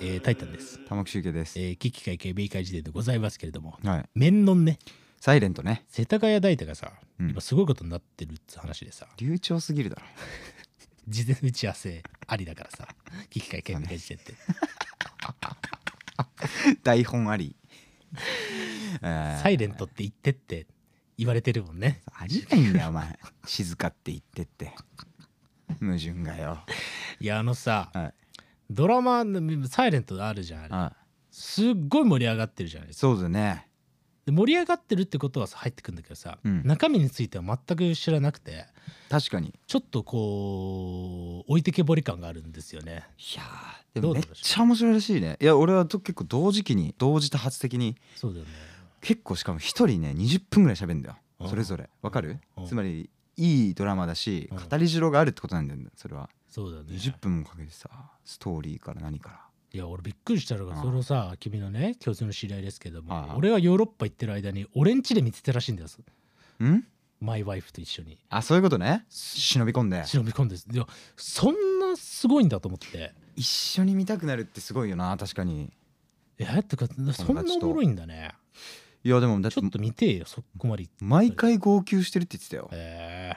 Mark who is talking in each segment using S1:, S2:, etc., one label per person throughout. S1: えータイタンです。
S2: 玉木周家です、
S1: えー、危機会系米会時点でございますけれども、
S2: はい
S1: 面論ね、
S2: サイレントね
S1: 世田谷大田がさ、
S2: うん
S1: 今すごいことになってるって話でさ、
S2: 流暢すぎるだろ
S1: 事前打ち合わせありだからさ、危機会系米会時点って。
S2: 台本ありえー
S1: サイレントって言ってって言われてるもんね。
S2: ありえないんだよお前静かって言ってって矛盾がよ
S1: いや、あのさ、
S2: はい
S1: ドラマ、サイレントあるじゃん、あれ。
S2: は
S1: すっごい盛り上がってるじゃない
S2: い
S1: ですか。
S2: そうだね
S1: で盛り上がってるってことはさ入ってくんだけどさ、
S2: うん
S1: 中身については全く知らなくて、
S2: 確かにい
S1: ちょっとこう、置いてけぼり感があるんですよね。
S2: やーで
S1: ど
S2: もめ
S1: う
S2: っ
S1: だろう
S2: ちゃ面白いらしいねいや俺はと結構同時期に同時多発的に
S1: そうだよね。
S2: 結構しかも一人ね20分ぐらい喋るんだ
S1: うん
S2: よそれぞれわかる
S1: うん
S2: つまりいいドラマだし
S1: うん
S2: 語りしろがあるってことなんだよそれは
S1: そうだよね。
S2: 20分もかけてさストーリーから何から
S1: いや俺びっくりしたの
S2: う
S1: が
S2: ん
S1: そのさ君のね共通の知り合いですけど
S2: はいは
S1: も
S2: い
S1: 俺がヨーロッパ行ってる間に俺ん家で見てたらしいんだよ
S2: ん
S1: マイワイフと一緒に
S2: あそういうことね忍び込んで
S1: 忍び込んでいやそんなすごいんだと思って
S2: 一緒に見たくなるってすごいよな確かに
S1: えやとかそんなおもろいんだね
S2: いやでもだっ
S1: ち
S2: て
S1: ょっと見てよそこまで行って
S2: 毎回号泣してるって言ってたよ
S1: え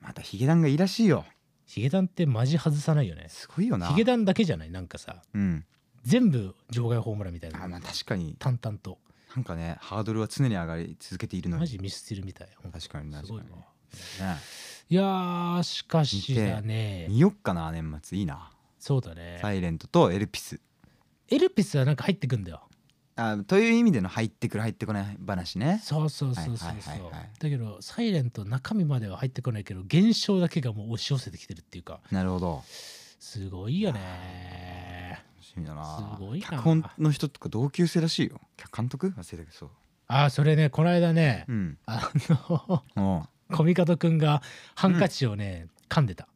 S1: ー
S2: またヒゲダンがいいらしいよ
S1: ヒゲダンってマジ外さないよね
S2: すごいよな
S1: ヒゲダンだけじゃないなんかさ
S2: うん
S1: 全部場外ホームランみたい
S2: あま
S1: な
S2: あ確かに
S1: 淡々と
S2: なんかねハードルは常に上がり続けているの
S1: マ
S2: に
S1: ジミスチルみたいほんと
S2: 確かに
S1: す
S2: 確か
S1: ごい
S2: に
S1: わ
S2: ね
S1: いやーしかしだね
S2: 見よっかな年末いいな
S1: そうだね
S2: サイレントとエルピス
S1: エルピスはなんか入ってくんだよ
S2: あという意味での入ってくる入ってこない話ね
S1: そうそうそうそうそう、
S2: はいはいはいはい
S1: だけど「サイレント中身までは入ってこないけど現象だけがもう押し寄せてきてるっていうか
S2: なるほど
S1: すごいよね
S2: 楽しみだな
S1: すごいな
S2: 脚本の人とか同級生らしいよ脚監督忘れたけどそう
S1: ああそれねこの間ね、
S2: うん
S1: あの
S2: おう
S1: コミカドくんがハンカチをね、噛んでた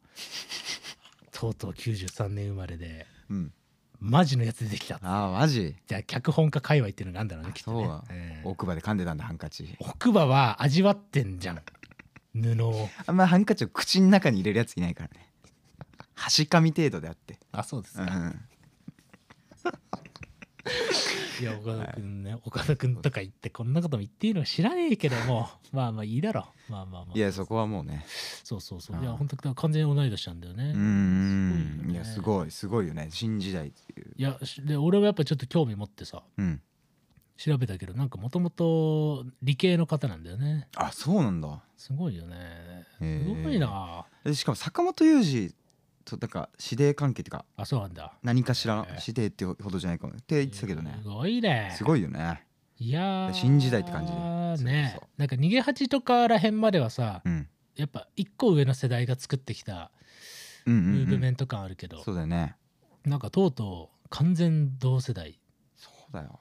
S1: とうとう93年生まれで
S2: うん
S1: マジのやつ出てきた
S2: ああマジ
S1: じゃあ脚本家界隈っていうのがあんだろうねきっとね
S2: そうだ
S1: ええ
S2: 奥歯で噛んでたんだハンカチ
S1: 奥歯は味わってんじゃん布を
S2: あんまハンカチを口の中に入れるやついないからね端かみ程度であって、
S1: あそうです
S2: う
S1: か、
S2: ん、
S1: いや岡田君ね、岡田君とか言ってこんなことも言っていいのか知らねえけど もまあまあいいだろまあまあまあ
S2: いやそこはもうね
S1: そうそうそううんいや本当に完全に同い年なんだよね、
S2: う
S1: すごいよ
S2: ん
S1: ね
S2: いやすごいすごいよね新時代っていう
S1: いやしで俺もやっぱちょっと興味持ってさ
S2: うん
S1: 調べたけどなんかもともと理系の方なんだよね
S2: あそうなんだ
S1: すごいよね
S2: へ
S1: す
S2: え
S1: ごいな、
S2: でしかも坂本龍二となんか師弟関係っていうか
S1: あそうなんだ
S2: 何かしら
S1: へえ
S2: 師弟ってほどじゃないかもって言ってたけどね
S1: すごいね
S2: すごいよね
S1: いやー
S2: 新時代って感じ
S1: ね
S2: そうそう
S1: なんか逃げ恥とから辺まではさ、
S2: うん
S1: やっぱ一個上の世代が作ってきた
S2: うん
S1: ムー
S2: うん、う
S1: ブメ
S2: ん、
S1: ント感あるけど、
S2: そうだよね
S1: なんかとうとう完全同世代
S2: そうだよ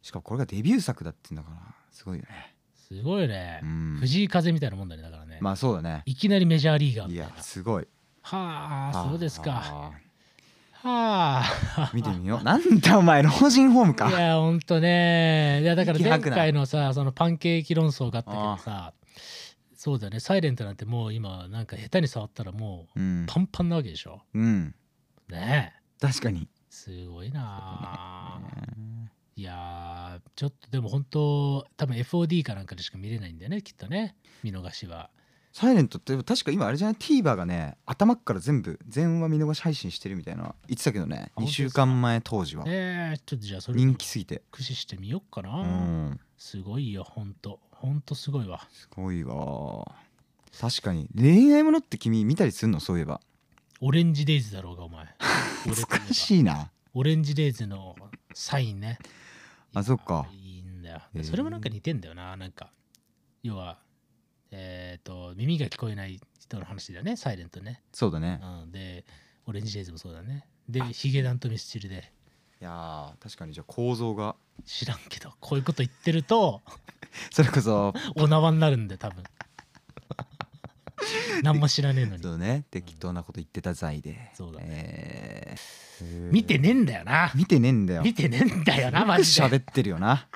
S2: しかもこれがデビュー作だっていうんだからすごいよね
S1: すごいね
S2: う、ん
S1: 藤井風みたいなもんだねだからね、
S2: まあそうだね
S1: いきなりメジャーリーガー
S2: い
S1: みたい
S2: や
S1: な
S2: すごい
S1: はあそうですか
S2: あー
S1: は あ
S2: 見てみよう。なんだお前、老人ホームか。
S1: いやほんとねいやだから
S2: 息
S1: 前
S2: 吐くな
S1: 回のさそのパンケーキ論争があったけどさそうだねサイレントなんてもう今なんか下手に触ったらもう
S2: うん。
S1: パンパンなわけでしょ
S2: うん。
S1: ねえ
S2: 確かに。
S1: すごいなあいやーちょっとでも本当多分 FOD かなんかでしか見れないんだよねきっとね見逃しは
S2: サイレントって確か今あれじゃない ?TVer がね、頭っから全部、全話見逃し配信してるみたいな言ってたけどね、
S1: あ
S2: 2週間前当時は。
S1: えー、ちょっとじゃあそれ
S2: 人気すぎて。
S1: 駆使してみよっかな、
S2: うん。
S1: すごいよほんとほんとすごいわ
S2: すごいわ。確かに。恋愛ものって君見たりするのそういえば。
S1: オレンジデイズだろうがお 前俺といえば
S2: 難しいな。
S1: オレンジデイズのサインね
S2: あそっか
S1: いいんだよ
S2: へー
S1: それもなんか似てんだよななんか要はえっ、と耳が聞こえない人の話だよねサイレントね、
S2: そうだね。
S1: うん、でオレンジデイズもそうだねでヒゲダンとミスチルで
S2: いやー、確かにじゃあ構造が。
S1: 知らんけどこういうこと言ってると
S2: それこそ、
S1: お縄になるんで多分何も知らねえのに
S2: そうね、適当なこと言ってた罪で。
S1: そうだ
S2: えー
S1: 見てねえんだよな
S2: 見てねえんだよ。
S1: 見てねえんだよなマジで
S2: 喋ってるよな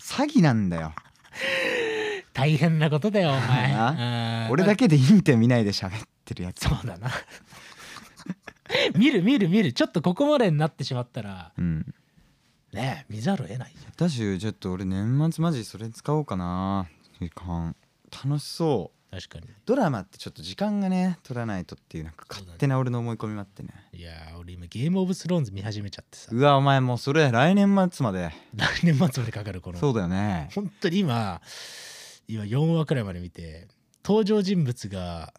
S2: 詐欺なんだよ
S1: 大変なことだよお
S2: な
S1: 前
S2: 俺だ
S1: け
S2: けでインテ見ないで喋ってるやつ
S1: そうだな 見る見る見るちょっとここまでになってしまったら
S2: うん
S1: ねえ見ざるを得ないじゃん
S2: ダッシュちょっと俺年末マジそれ使おうかな時間楽しそう
S1: 確かに
S2: ドラマってちょっと時間がね取らないとっていうなんか勝手な俺の思い込みもあってね
S1: いやー俺今ゲームオブスローンズ見始めちゃってさ
S2: うわお前もうそれ来年末まで
S1: 来年末までかかるこの
S2: そうだよね
S1: 本当に今今4話くらいまで見て登場人物が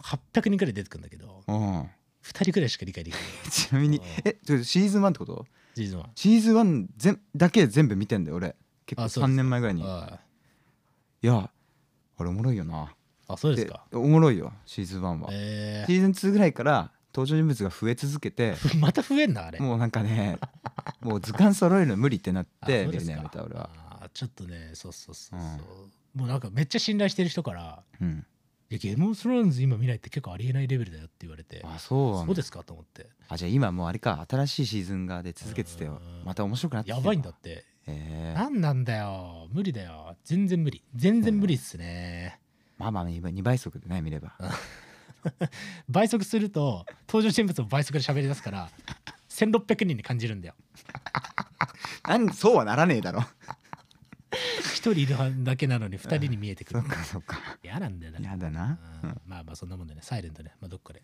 S1: 800人くらい出てくるんだけど
S2: うん
S1: 2人くらいしか理解できない
S2: ちなみに
S1: うん
S2: えちょシーズン1ってこと
S1: シーズン1
S2: シーズン1全だけ全部見てんだよ俺結構
S1: あそう
S2: 3
S1: です
S2: 年前ぐらいにい
S1: あ
S2: やあれおもろいよな
S1: あそうです
S2: で
S1: か
S2: おもろいよシーズン1は
S1: え
S2: シーズン2ぐらいから登場人物が増え続けて
S1: ー、 また増えんなあれ
S2: もうなんかね もう図鑑揃えるの無理ってなっ
S1: あ
S2: て
S1: そう
S2: 見
S1: で
S2: る
S1: す
S2: の
S1: か
S2: やめた俺は、
S1: あーちょっとねそうそうそうそう、もうなんかめっちゃ信頼してる人から
S2: うん、
S1: 「いやゲームオブスローンズ今見ないって結構ありえないレベルだよ」って言われて
S2: あそうなん
S1: そ
S2: だ
S1: うですかと思って
S2: あじゃあ今もうあれか新しいシーズンがで続けててよ
S1: うん
S2: また面白くなってき
S1: や
S2: て
S1: ばいんだって
S2: えー、
S1: 何なんだよ無理だよ全然無理全然無理っすね
S2: まあまあ2倍速でね見れば
S1: 倍速すると登場人物も倍速で喋り出すから1600人に感じるんだよ
S2: なんそうはならねえだろ
S1: 1人いるだけなのに2人に見えてく
S2: そ
S1: る
S2: っかそっか
S1: 嫌なんだよな
S2: やだな
S1: うんまあまあそんなもんでねサイレントね、まあ、どっかで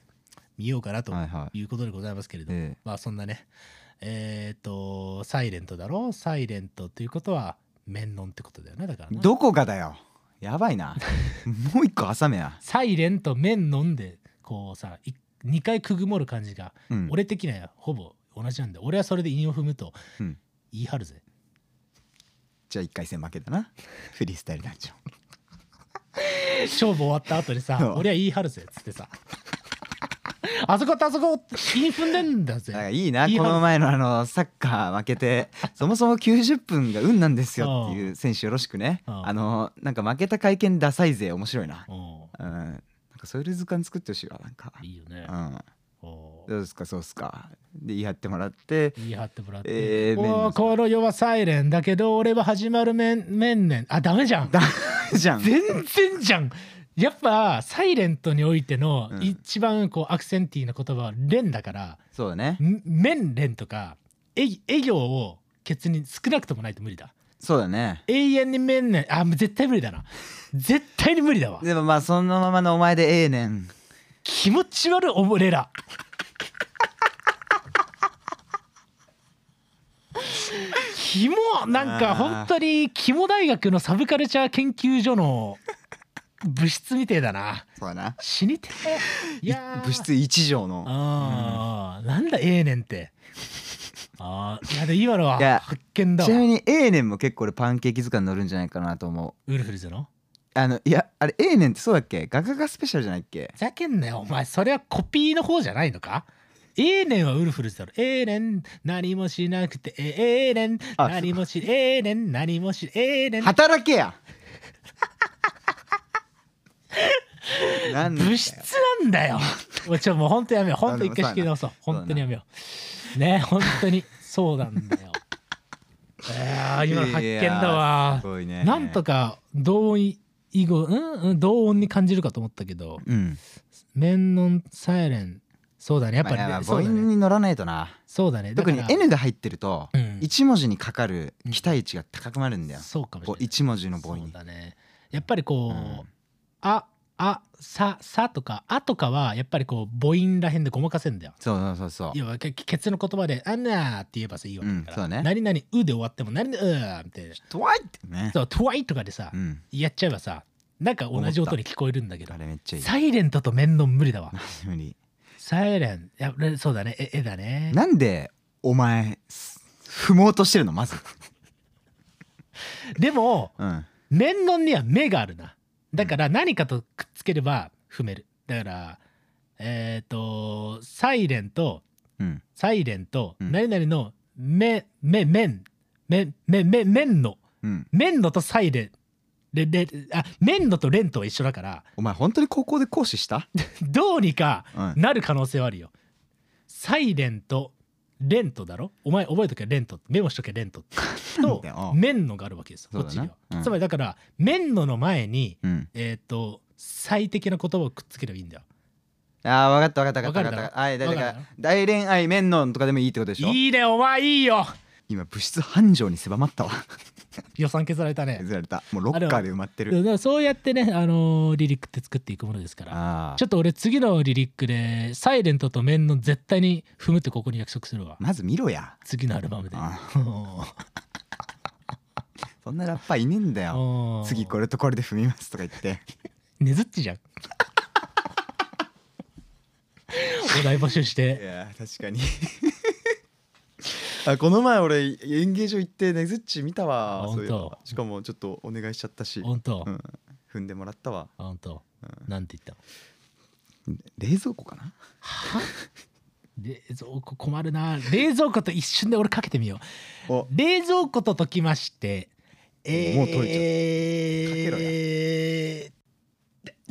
S1: 見ようかなと
S2: はいはい
S1: いうことでございますけれども、
S2: ええ
S1: まあそんなねえっ、とサイレントだろサイレントということは面論ってことだよねだからな
S2: どこがだよやばいな もう一個浅めや、
S1: サイレント面論でこうさ2回くぐもる感じが、
S2: うん、
S1: 俺的にはほぼ同じなんで俺はそれで韻を踏むと
S2: うん
S1: 言い張るぜ、
S2: じゃあ1回戦負けだなフリースタイル団長
S1: 勝負終わった後に
S2: う
S1: さ
S2: ん
S1: 俺は言い張るぜっつって さあそことあそこ韻踏んでんだ
S2: なんか
S1: ぜ
S2: いいない
S1: い
S2: こ
S1: はず
S2: の前のあのサッカー負 けてそもそも90分が運なんですよっていう選手よろしくね
S1: うん
S2: あのなんか負けた会見ダサいぜ面白いな
S1: お
S2: うんなんかそういう図鑑作ってほしいわなんか
S1: ういいよね
S2: うん
S1: おう
S2: どうですかそうですかで言い張ってもらって
S1: 言い張ってもらって、
S2: えー面
S1: お
S2: 々
S1: ーこの世はサイレンだけど俺は始まる面面々あダメじゃん
S2: ダメじゃん
S1: 全然じゃんやっぱサイレントにおいての
S2: うん
S1: 一番こうアクセンティーな言葉は「連」だから
S2: そう
S1: 「
S2: だね
S1: ん面連」とか「ええ行」をケツに少なくともないと無理だ
S2: そうだね
S1: 永遠に面々あもう絶対無理だな絶対に無理だわ
S2: でもまあそのままのお前でええねん
S1: 気持ち悪い俺ら肝なんか本当に肝大学のサブカルチャー研究所の物質みてえだな
S2: そうだな
S1: 死にてえいやー
S2: 物質一条の
S1: あーなんだええねんってあーいやでも今の
S2: いや
S1: は発見だ
S2: ちなみ
S1: わ
S2: にええねんも結構俺パンケーキ図鑑乗るんじゃないかなと思う
S1: ウルフルズの
S2: あのいやあれええねんってそうだっけガガガスペシャルじゃないっけ
S1: ふざけんなよお前それはコピーの方じゃないのかええねんはウルフルズだろええねん何もしなくてええねん
S2: あ
S1: 何もしええねん何もしええねん
S2: 働けやなんだよ
S1: 物質なんだよもうちょもう本当やめよう本当一回仕切り直そう
S2: そうだな
S1: 本当にやめようね本当にそうなんだ よいやー今の発見だ
S2: いやー
S1: わ
S2: すごいね
S1: なんとか同音以後、うんうん、同音に感じるかと思ったけど
S2: うん
S1: 「面のサイレン」そうだねやっぱり、ね
S2: まあ母
S1: そうだ
S2: 音
S1: ね
S2: に乗らないとな
S1: そうだね
S2: 特に
S1: だから
S2: N が入ってると
S1: うん
S2: 一文字にかかる期待値が高くなるんだよ、
S1: そうかもしれ
S2: こ
S1: な
S2: う
S1: い。
S2: 一文字の母音
S1: そう
S2: に
S1: だね。やっぱりこう、
S2: うん
S1: あ、あ、さ、さとか、あとかは、やっぱりこう、母音らへんでごまかせんだよ。
S2: そうそうそうそう
S1: 要は、けケツの言葉で、あんなーって言えばさ、いいわけだから、
S2: うんそうね
S1: 何々、うで終わっても、何々、うーみたいな。
S2: トワイってね
S1: そう、トゥワイとかでさ、
S2: うん
S1: やっちゃえばさ、なんか同じ音に聞こえるんだけど
S2: あ、れめっちゃいい
S1: サイレントと面の無理だわ。
S2: 無理
S1: サイレン、やれそうだね、え、えだね。
S2: なんでお前す踏もうとしてるのまず
S1: でも、
S2: うん
S1: 面論には目があるなだから何かとくっつければ踏めるだからえっ、とサイレンと
S2: うん
S1: サイレンと
S2: うん
S1: 何々の目目面目目目面の
S2: うん
S1: 面のとサイレンレレあ面のとレンとは一緒だから
S2: お前本当に高校で講師した、
S1: どうにか
S2: うん、
S1: なる可能性はあるよサイレンとレントだろお前覚えとけレントメモしとけレントって
S2: なん
S1: と
S2: だようん
S1: メンノがあるわけですよこ
S2: そ
S1: っ
S2: うだ
S1: ち
S2: な
S1: には、
S2: うん
S1: つまりだからメンノの前に
S2: うん
S1: えっ、と最適な言葉をくっつければいいんだよ
S2: ああ分かった分かった分かっ
S1: わか
S2: た
S1: る
S2: 分
S1: だ
S2: か
S1: ろ
S2: ったはいだか
S1: わからるだろ
S2: 大恋愛面のとかでもいいってことでしょ
S1: いいねお前いいよ
S2: 今物質繁盛に狭 まったわ
S1: 予算削られたね
S2: 削られたもうロッカーで埋まって
S1: でも
S2: る
S1: だからそうやってね、あのーリリックって作っていくものですから
S2: あ
S1: ちょ
S2: あ
S1: っと俺次のリリックで「サイレントと「面の絶対に踏むってここに約束するわ
S2: まず見ろや
S1: 次のアルバムで
S2: あ そんなラッパーいねえんだよ
S1: おー
S2: 次これとこれで踏みますとか言って
S1: ねずっちじゃんお題募集し
S2: い
S1: て
S2: やー確かにあこの前俺演芸場行ってねずっち見たわ
S1: あ
S2: そういえば
S1: 本当
S2: しかもちょっとお願いしちゃったし、
S1: 本当
S2: うん、踏んでもらったわ
S1: 本当
S2: う
S1: なんて言ったの
S2: 冷蔵庫かな
S1: 冷蔵庫困るな冷蔵庫と一瞬で俺かけてみよ
S2: お
S1: う冷蔵庫と解きましてえー、
S2: もう解いかけろ
S1: えー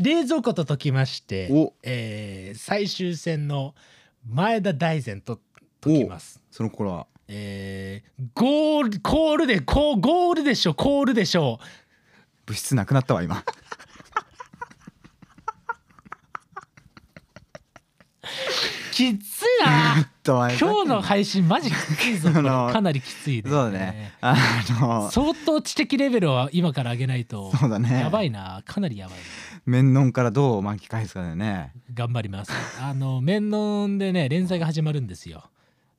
S1: 冷蔵庫と解きまして
S2: お
S1: えー最終戦の前田大然と解きます。
S2: その頃は
S1: えーゴールコールでこうゴールでしょコールでしょ
S2: 物質なくなったわ今
S1: きつい な
S2: 今
S1: 今日の配信マジきついぞこれ
S2: あの
S1: かなりきついね
S2: そうだねあの
S1: 相当知的レベルは今から上げないと
S2: そうだね
S1: やばいなかなりやばいな
S2: 面論からどう巻き返すかだよね
S1: 頑張りますあの面談でね連載が始まるんですよ、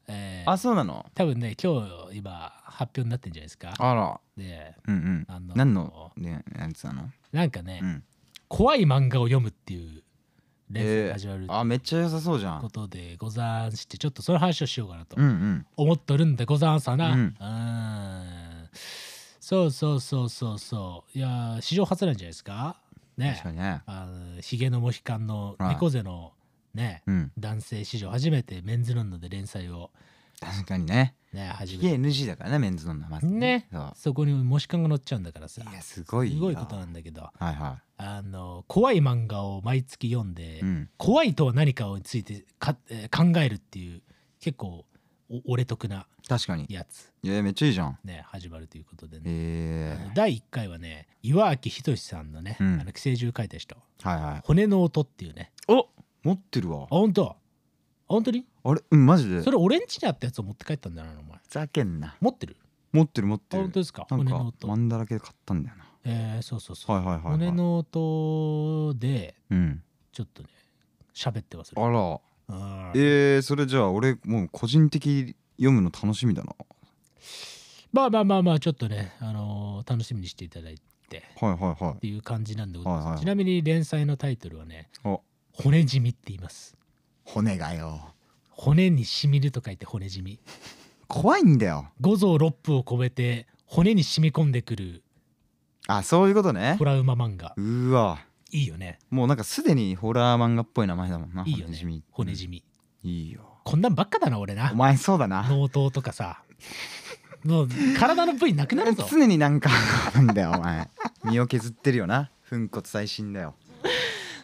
S1: えー
S2: あそうなの
S1: 多分ね今日今発表になってんじゃないですか
S2: あら
S1: で
S2: うんうん
S1: あの
S2: 何のねやつなの
S1: なんかね、
S2: うん
S1: 怖い漫画を読むっていう連載が
S2: えー
S1: 始まる
S2: あめっちゃ良さそうじゃ
S1: こ
S2: ん
S1: とでござんしてちょっとその話をしようかなと
S2: うんうん
S1: 思っとるんでござんさな、
S2: う
S1: うんん、そうそうそうそうそういやー史上初なんじゃないですかね
S2: 確かにね
S1: あのヒゲのモヒカンの
S2: はい
S1: 猫背のね、
S2: うん
S1: 男性史上初めてメンズロンドで連載を
S2: 確かにね
S1: ね始め
S2: PNG だからねメンズの名前
S1: てね
S2: そ
S1: そこにモヒカンが載っちゃうんだからさ
S2: ういやすごい
S1: す
S2: よ
S1: ごいことなんだけど
S2: はいは
S1: あの怖い漫画を毎月読んで、
S2: いうん
S1: 怖いとは何かをついてか、えー考えるっていう結構お俺得な
S2: 確かに
S1: やつ
S2: いやめっちゃいいじゃん
S1: ね始まるということでね、あ
S2: え
S1: の第1回はね岩明仁さんのね、
S2: うん
S1: あの寄生獣書いた人
S2: えはいは
S1: 「
S2: い
S1: 骨の音」っていうね
S2: お持ってるわ
S1: あ本当あ本当に
S2: あれうんマジで
S1: それ俺ん家にあったやつを持って帰ったんだなお前
S2: ざけんな
S1: 持ってる
S2: 持ってる持っ
S1: あ
S2: てる
S1: 本当ですか
S2: なん
S1: 骨
S2: か
S1: の音、
S2: マンダラ系で買ったんだよな
S1: えーそうそうそう、
S2: はいはいはいはい
S1: 骨の音で
S2: うん
S1: ちょっとね喋ってます
S2: あら
S1: うん
S2: えー、それじゃあ俺もう個人的読むの楽しみだな
S1: まあまあまあまあちょっとね、あのー楽しみにしていただいて
S2: はいはいは
S1: っていう感じなんでございます、
S2: はいはい
S1: ちなみに連載のタイトルはね
S2: いあ
S1: 「骨染み」って言います
S2: 骨がよ
S1: 骨にしみると書いて骨染み
S2: 怖いんだよ
S1: 五臓六腑を超えて骨に染み込んでくる
S2: あそういうことね
S1: トラウマ漫画
S2: うーわ
S1: いいよね
S2: もうなんかすでにホラー漫画っぽい名前だもんな
S1: い
S2: い
S1: よ
S2: 骨じみ
S1: ね骨染み、
S2: うんいいよ
S1: こんなんばっかだな俺な
S2: お前そうだな
S1: 脳頭とかさもう体の部位なくなるぞ
S2: 常になんかなんだよお前 身を削ってるよな粉骨最新だよ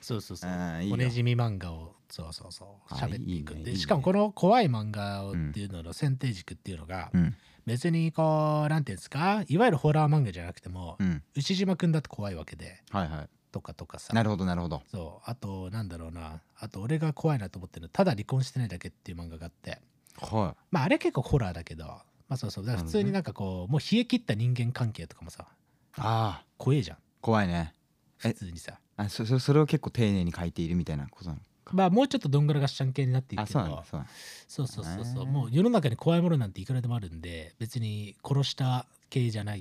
S1: そうそうそう
S2: あーいいよ
S1: 骨じみ漫画をそうそうそう
S2: あ
S1: 喋っていくん
S2: い
S1: で
S2: いねいいね
S1: しかもこの怖い漫画をっていうのの選定軸っていうのが、
S2: うん
S1: 別にこうなんていうんですかいわゆるホラー漫画じゃなくても、
S2: うん
S1: 牛島くんだって怖いわけで
S2: はいは
S1: とかとかさ
S2: いなるほどなるほど
S1: そうあとなんだろうなあと俺が怖いなと思ってるのはただ離婚してないだけっていう漫画があって
S2: は
S1: まああれ結構ホラーだけどまあそうそうだから普通になんかこうもう冷え切った人間関係とかもさ
S2: いあー
S1: 怖えじゃん
S2: 怖いねえ
S1: 普通にさ
S2: あそそそれを結構丁寧に書いているみたいなことなの
S1: まあもうちょっとどんぐらがっしゃん系になってい
S2: あ
S1: くけ
S2: そうなん
S1: ど
S2: だそうなんだ
S1: そうそうそう
S2: へ
S1: そ
S2: ー
S1: うもう世の中に怖いものなんていくらでもあるんで別に殺した系じゃな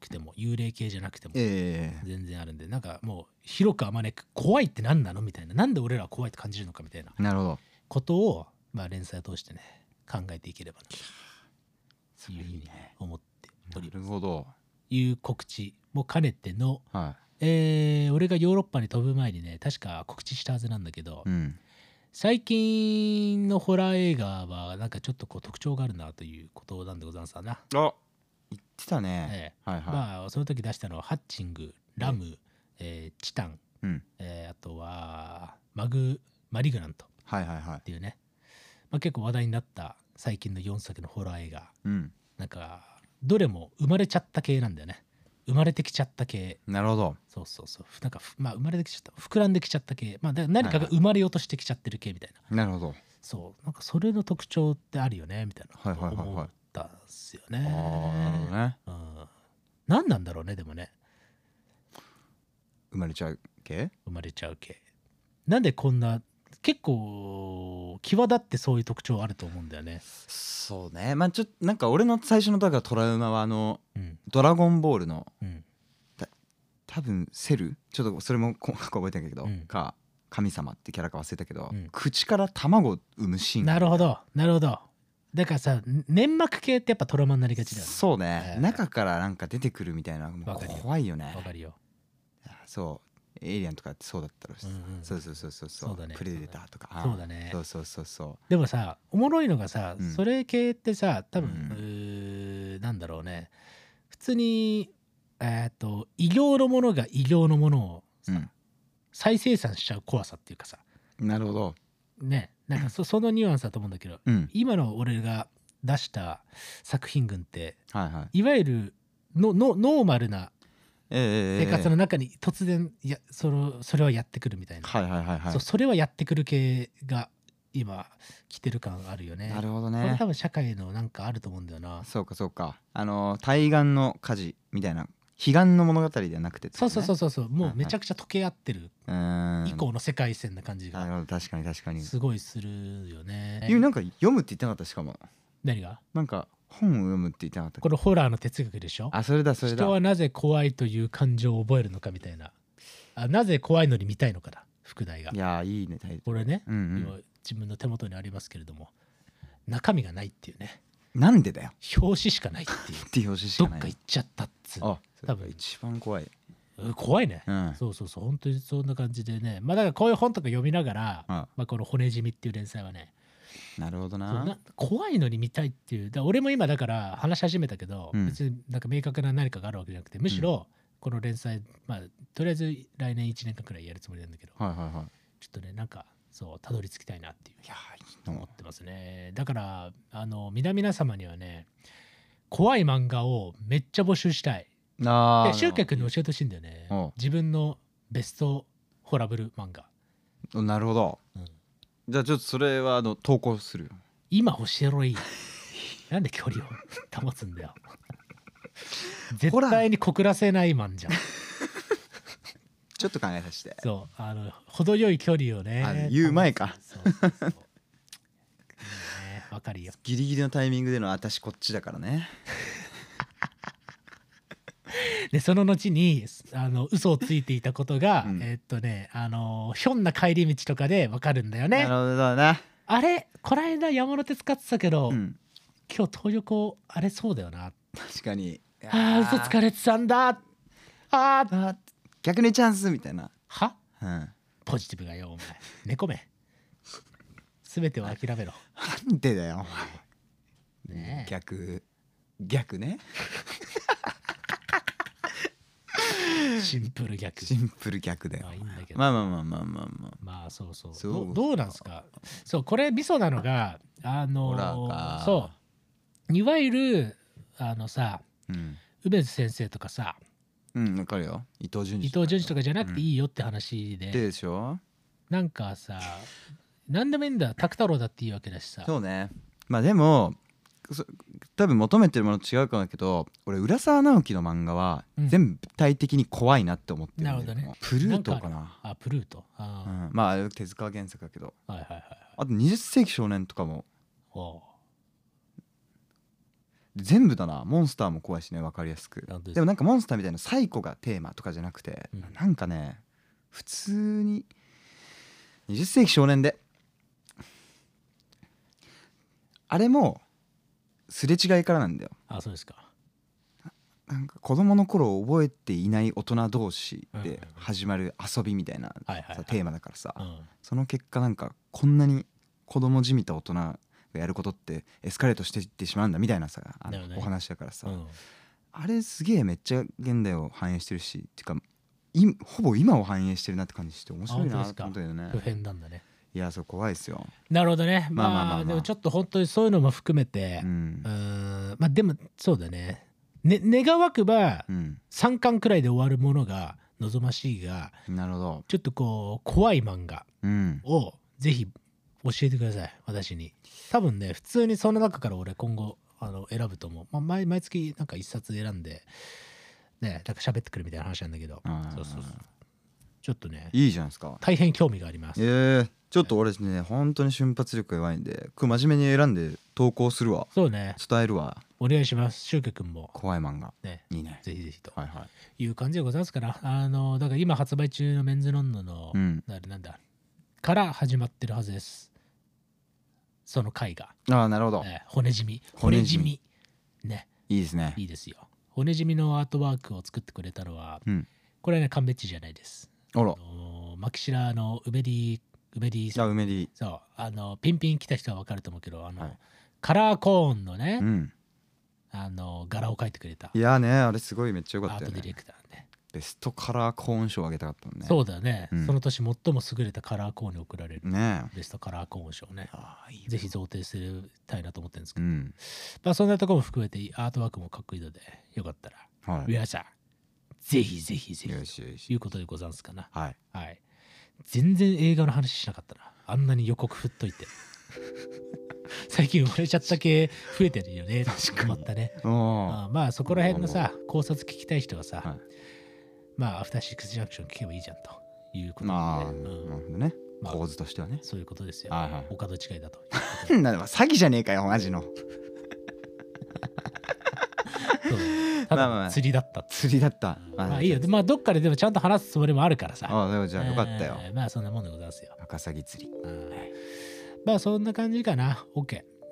S1: くても幽霊系じゃなくても
S2: ええ
S1: 全然あるんでなんかもう広くあまねく怖いって何なのみたいななんで俺らは怖いって感じるのかみたいな
S2: なるほど
S1: ことを、まあ、連載を通してね考えていければなというふうに思ってお
S2: な
S1: り
S2: る
S1: ます。
S2: ほど
S1: いう告知も兼ねての、
S2: は
S1: えー俺がヨーロッパに飛ぶ前にね確か告知したはずなんだけど、
S2: いうん
S1: 最近のホラー映画はなんかちょっとこう特徴があるなということなんでござんすわな。
S2: あ言ってたね、
S1: ええ
S2: はいはい、
S1: まあその時出したのはハッチングラム、えーチタン、
S2: うん
S1: えーあとはマグマリグナント
S2: はいはいはい
S1: っていうね、まあ、結構話題になった最近の4作のホラー映画
S2: うん
S1: なんかどれも生まれちゃった系なんだよね生まれてきちゃった系
S2: なるほど
S1: そうそうそうふなんかふまあ生まれてきちゃった膨らんできちゃった系まあだから何かが生まれようとしてきちゃってる系みたいな、
S2: なるほど
S1: そうなんかそれの特徴ってあるよねみたい
S2: はいは
S1: な
S2: いはいはい
S1: 思ったんすよね、
S2: ああなるほどね
S1: うん、何なんだろうねでもね
S2: 生まれちゃう系
S1: 生まれちゃう系なんでこんな結構際立ってそういう特徴あると思うんだよね、
S2: そうねまあちょっとなんか俺の最初のだからトラウマはあの
S1: うん
S2: 「ドラゴンボール」の
S1: うん、
S2: 多分セルちょっとそれも 細かく覚えてないけど、
S1: うん
S2: か神様ってキャラか忘れたけど、
S1: うん
S2: 口から卵を産むシーン
S1: なるほどなるほどだからさ粘膜系ってやっぱトラウマになりがちだよね
S2: そうね、
S1: えー
S2: 中からなんか出てくるみたいなもう
S1: わかるよ
S2: 怖いよね
S1: わかるよ
S2: そうエイリアンとかってそうだったろうし、
S1: うんうん
S2: そうそうそうそうそう
S1: そうだね
S2: プレデターとか
S1: そうだね
S2: そうそうそうそ
S1: でもさおもろいのがさ、
S2: うん
S1: それ系ってさ多分、
S2: うん
S1: うーなんだろうね普通にえっと異形のものが異形のものを
S2: う、うん、
S1: 再生産しちゃう怖さっていうかさ
S2: なるほど
S1: ねなんかそそのニュアンスだと思うんだけど
S2: うん
S1: 今の俺が出した作品群って
S2: はいはい
S1: いわゆるののノーマルな
S2: ええええ
S1: 生活の中に突然いやそのそれはやってくるみたいな、
S2: はいはいはいはい
S1: そうそれはやってくる系が今来てる感あるよね。
S2: なるほど
S1: これ
S2: ね
S1: 多分社会のなんかあると思うんだよな。
S2: そうかそうかあの対岸の火事みたいな彼岸の物語ではなくてってこ
S1: そ
S2: と
S1: う
S2: ね、
S1: そうそうそうそう、
S2: は
S1: も
S2: いう
S1: めちゃくちゃ溶け合ってる
S2: うーん
S1: 以降の世界線な感じ
S2: な
S1: が
S2: るほど確かに確かに
S1: すごいするよね。
S2: ゆうなんか読むって言ってなかったしかも
S1: 何が
S2: なんか本を読むって言ってなかった
S1: これホラーの哲学でしょ
S2: あそれだそれだ
S1: 人はなぜ怖いという感情を覚えるのかみたいなあなぜ怖いのに見たいのかだ副題が
S2: いやーいいねタイト
S1: これね、
S2: ルうん
S1: 今自分の手元にありますけれども中身がないっていうね
S2: うんなんでだよ
S1: 表紙しかないっていう
S2: って 表紙し
S1: ど
S2: か
S1: っ
S2: ない
S1: か行っちゃったっつう
S2: あ
S1: 多分
S2: 一番怖い
S1: うん怖いね、
S2: うん
S1: そうそうそう本当にそんな感じでねまあだからこういう本とか読みながら、
S2: あ
S1: まあ、この「骨じみ」っていう連載はね
S2: なるほど
S1: そう
S2: な
S1: な怖いのに見たいっていうだから俺も今だから話し始めたけど、
S2: うん
S1: 別になんか明確な何かがあるわけじゃなくてむしろこの連載、まあ、とりあえず来年1年間くらいやるつもりなんだけど
S2: はいはいはい
S1: ちょっとねなんかそうたどり着きたいなっていう
S2: いやーいい
S1: 思
S2: の
S1: ってますねだからあの皆々様にはね怖い漫画をめっちゃ募集したい
S2: な
S1: で集客に教えてほしいんだよね
S2: うん
S1: 自分のベストホラブル漫画、
S2: なるほど
S1: うん
S2: じゃあちょっとそれはあの投稿するよ
S1: 今欲しろい なんで距離を保つん だよ絶
S2: ほら
S1: 対に告らせないマンじゃん
S2: ちょっと考えさせて
S1: そうあの程よい距離を
S2: あ
S1: ね
S2: の言う前か
S1: そうそうそういいねわかるよ
S2: ギリギリのタイミングでの私こっちだからね
S1: でその後にあの嘘をついていたことが、
S2: うん
S1: えっとねあのひょんな帰り道とかでわかるんだよね
S2: なるほどな
S1: あれこないだ山手使ってたけど、
S2: うん
S1: 今日東横あれそうだよな
S2: 確かに
S1: あー嘘つかれてたんだあー
S2: あ逆にチャンスみたいな
S1: は
S2: うんな
S1: ポジティブがよお前猫め全てを諦めろ
S2: んでだよお前
S1: ねえ
S2: 逆逆ね
S1: シンプル逆
S2: シンプル逆だよ
S1: まあいいんだけど、まあ、
S2: まあまあまあまあまあまあ
S1: そうそう
S2: そう
S1: どうどうなんですかそうこれミソなのがあの
S2: ホラ
S1: ー
S2: ーか
S1: そういわゆるあのさ
S2: うん
S1: 梅津先生とかさ
S2: うんわかるよ伊藤潤
S1: 伊藤潤二と
S2: か
S1: かじゃなくていいよって話で、
S2: でしょ
S1: なんかさ何でもいいんだ拓太郎だっていいわけだしさ
S2: そうねまあでもそ多分求めてるもの違うかもだけど俺浦沢直樹の漫画は
S1: うん
S2: 全部体的に怖いなって思ってるんだよ
S1: なるほどね
S2: プルートかな
S1: あプルートあー、
S2: うん、まああれは手塚原作だけど
S1: はいはいはい
S2: あと20世紀少年とかも
S1: おう
S2: 全部だなモンスターも怖いしね分かりやすく
S1: 本当です
S2: でもなんかモンスターみたいなサイコがテーマとかじゃなくて、
S1: うん
S2: なんかね普通に20世紀少年であれもすれ違いからなんだよ
S1: あそうですか
S2: なんか子供の頃を覚えていない大人同士
S1: うんうんうん
S2: で始まる遊びみたいな
S1: はいはいは
S2: さ
S1: い
S2: テーマだからさ
S1: うん
S2: その結果なんかこんなに子供じみた大人がやることってエスカレートしていってしまうんだみたいなさあの
S1: だよね
S2: お話だからさ、
S1: うん
S2: あれすげえめっちゃ現代を反映してるしっていうかいほぼ今を反映してるなって感じして面白
S1: あ本
S2: い
S1: 当
S2: な
S1: です
S2: って
S1: か
S2: 思ったよね
S1: 普遍なんだね
S2: いやそう怖いですよ、
S1: なるほどねまあ
S2: まあまあまあまあ
S1: でもちょっと本当にそういうのも含めて
S2: う、ん
S1: うーんまあでもそうだねね願わくば
S2: うん、
S1: 3巻くらいで終わるものが望ましいが
S2: なるほど、
S1: ちょっとこう怖い漫画
S2: うん、
S1: をぜひ教えてください私に多分ね普通にその中から俺今後あの選ぶと思う、まあ、毎毎月なんか一冊選んでねなんか喋ってくるみたいな話なんだけど
S2: あー
S1: そうそうそうちょっとね
S2: いいじゃないですか
S1: 大変興味があります
S2: ええちょっと俺ね本当に瞬発力弱いんでこれ真面目に選んで投稿するわ
S1: そうね
S2: 伝えるわ
S1: お願いしますしゅうく君も
S2: 怖い漫画
S1: ね
S2: いいね
S1: ぜひぜひと
S2: はいはい
S1: いう感じでございますからあのだから今発売中のメンズノンノの、
S2: うん
S1: あれなんだから始まってるはずですその回が、
S2: ああなるほど
S1: えー骨じみ
S2: 骨じみ
S1: ね
S2: いいですね
S1: いいですよ骨じみのアートワークを作ってくれたのは、
S2: うん
S1: これはねカンベッチじゃないです
S2: あら
S1: あのーマキシラのウベリーウベリー
S2: じ
S1: さ
S2: ゃ
S1: ん
S2: あ梅り
S1: そうあのピンピン来た人は分かると思うけどあの、
S2: はい
S1: カラーコーンのね、
S2: うん
S1: あの柄を描いてくれた
S2: いやーねあれすごいめっちゃ良か
S1: ア
S2: った
S1: ー
S2: よ
S1: トディレ
S2: ね
S1: クターね
S2: ベストカラーコーン賞あげたかったもんね
S1: そうだね、
S2: うん
S1: その年最も優れたカラーコーンに贈られる
S2: ねえ
S1: ベストカラーコーン賞ね
S2: ああいい
S1: ぜひ贈呈するたいなと思ってるんですけ
S2: う
S1: ど、
S2: ん
S1: まあそんなところも含めてアートワークもかっこいいのでよかったら
S2: はい
S1: 皆さんぜひぜひぜ
S2: よ
S1: ひ
S2: しよし
S1: ということでござんすかな
S2: はい
S1: はい全然映画の話しなかったなあんなに予告振っとい て最近売れちゃった系増えてるよね確かにったね
S2: おお
S1: あまあそこら辺のさ考察聞きたい人はさ、
S2: はい
S1: まあアフターシックスジャンクション聞けばいいじゃんということで、ね
S2: まあな
S1: う
S2: る
S1: ん
S2: ほどね
S1: まあ
S2: 構図としてはね
S1: そういうことですよ、
S2: はいはい
S1: お門違いだと いうこ
S2: なんだ詐欺じゃねえかよマジの
S1: とでそうだねた
S2: まあまあま
S1: だ
S2: あ
S1: 釣りだったって
S2: 釣りだった
S1: まあいいよでまあどっかででもちゃんと話すつもりもあるからさ
S2: ああでもじゃあよかったよ
S1: えーまあそんなもんでございますよ
S2: 赤サギ釣り
S1: はいまあそんな感じかな OK う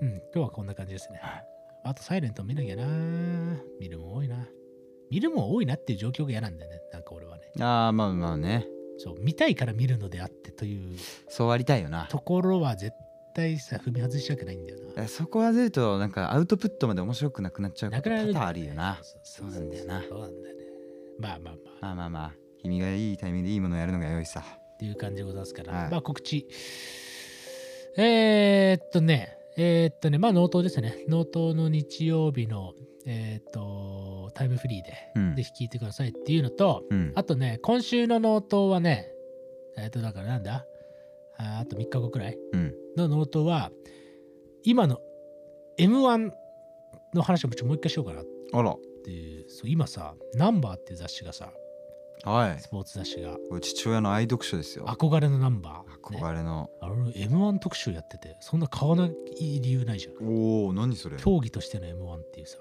S1: ん今日はこんな感じですね
S2: はい
S1: あとサイレント見なきゃな見るもん多いな見るもん多いなっていう状況が嫌なんだよねなんか俺はね
S2: ああまあまあね
S1: そう見たいから見るのであってという
S2: そうありたいよな
S1: ところは絶対さ踏み外したくないんだよな。
S2: そこは出るとなんかアウトプットまで面白くなくなっちゃうこ
S1: なく
S2: と
S1: な
S2: 多
S1: るんだよね
S2: 々あるよな
S1: そ
S2: そうなんだよな
S1: そうなんだよね。まあまあまあ。
S2: まあまあまあ君がいいタイミングでいいものをやるのが良いさ
S1: っていう感じでございますから、
S2: はい
S1: まあ告知。えー、っとね、えー、っとね、まあ納刀ですね。納刀の日曜日の、えーっと、タイムフリーで、
S2: うん
S1: ぜひ聞いてくださいっていうのと、
S2: うん
S1: あとね、今週の納刀はね、えーっと、だからなんだあーあと3日後くらい
S2: うん
S1: のノートは今の M1 の話をちょもう一回しようかなっ
S2: あら
S1: ていうそう今さ「ナンバーっていう雑誌がさ
S2: はい
S1: スポーツ雑誌が
S2: これ父親の愛読書ですよ
S1: 憧れのナンバー、ね、
S2: 憧れの
S1: あの M1 特集やっててそんな買わない理由ないじゃん
S2: おお何それへ
S1: 競技としての M1 っていうさ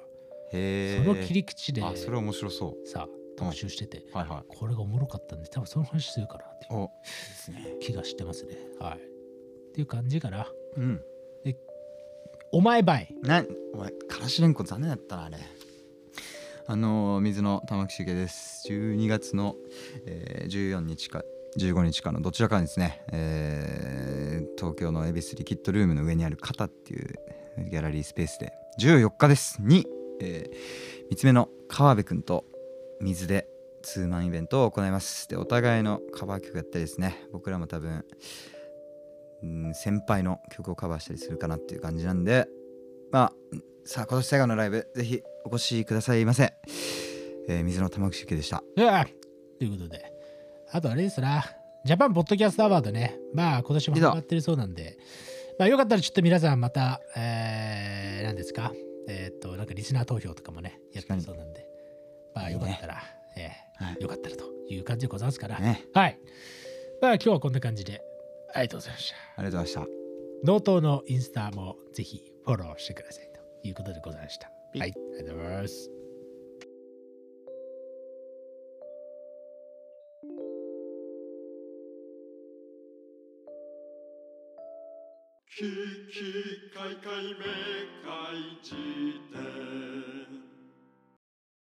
S2: え
S1: その切り口で
S2: あそれ面白そ
S1: さ特集してて、
S2: はいはい
S1: これがおもろかったんで多分その話するかなって
S2: う
S1: いう
S2: おですね
S1: 気がしてますねはいっていう感じかな
S2: うん
S1: お前ばい
S2: なお前からしれんこ残念だったなあれあのー水の玉木茂です12月の、えー14日か15日かのどちらかにですね、えー東京の恵比寿リキッドルームの上にある肩っていうギャラリースペースで14日ですに、えー、三つ目の川辺くんと水でツーマンイベントを行いますでお互いのカバー曲やったりですね僕らも多分うん先輩の曲をカバーしたりするかなっていう感じなんでまあさあ今年最後のライブぜひお越しくださいませ、えー、水の玉木集計でした
S1: うわということで、あとあれですな、ジャパンポッドキャストアワードね、まあ今年も
S2: 出た
S1: 始まってるそうなんで、まあよかったらちょっと皆さんまた、えー、何ですか、えーっと、なんかリスナー投票とかもね、やってるそうなんで、まあよかったら、え
S2: は
S1: ーよかったらという感じでございますから、
S2: いね
S1: はい。まあ今日はこんな感じで、ありがとうございました。
S2: ありがとうございました
S1: ノートのインスタもぜひフォローしてくださいということでございました。はい、ありがとうございます。
S3: キキカイカイメカイ辞典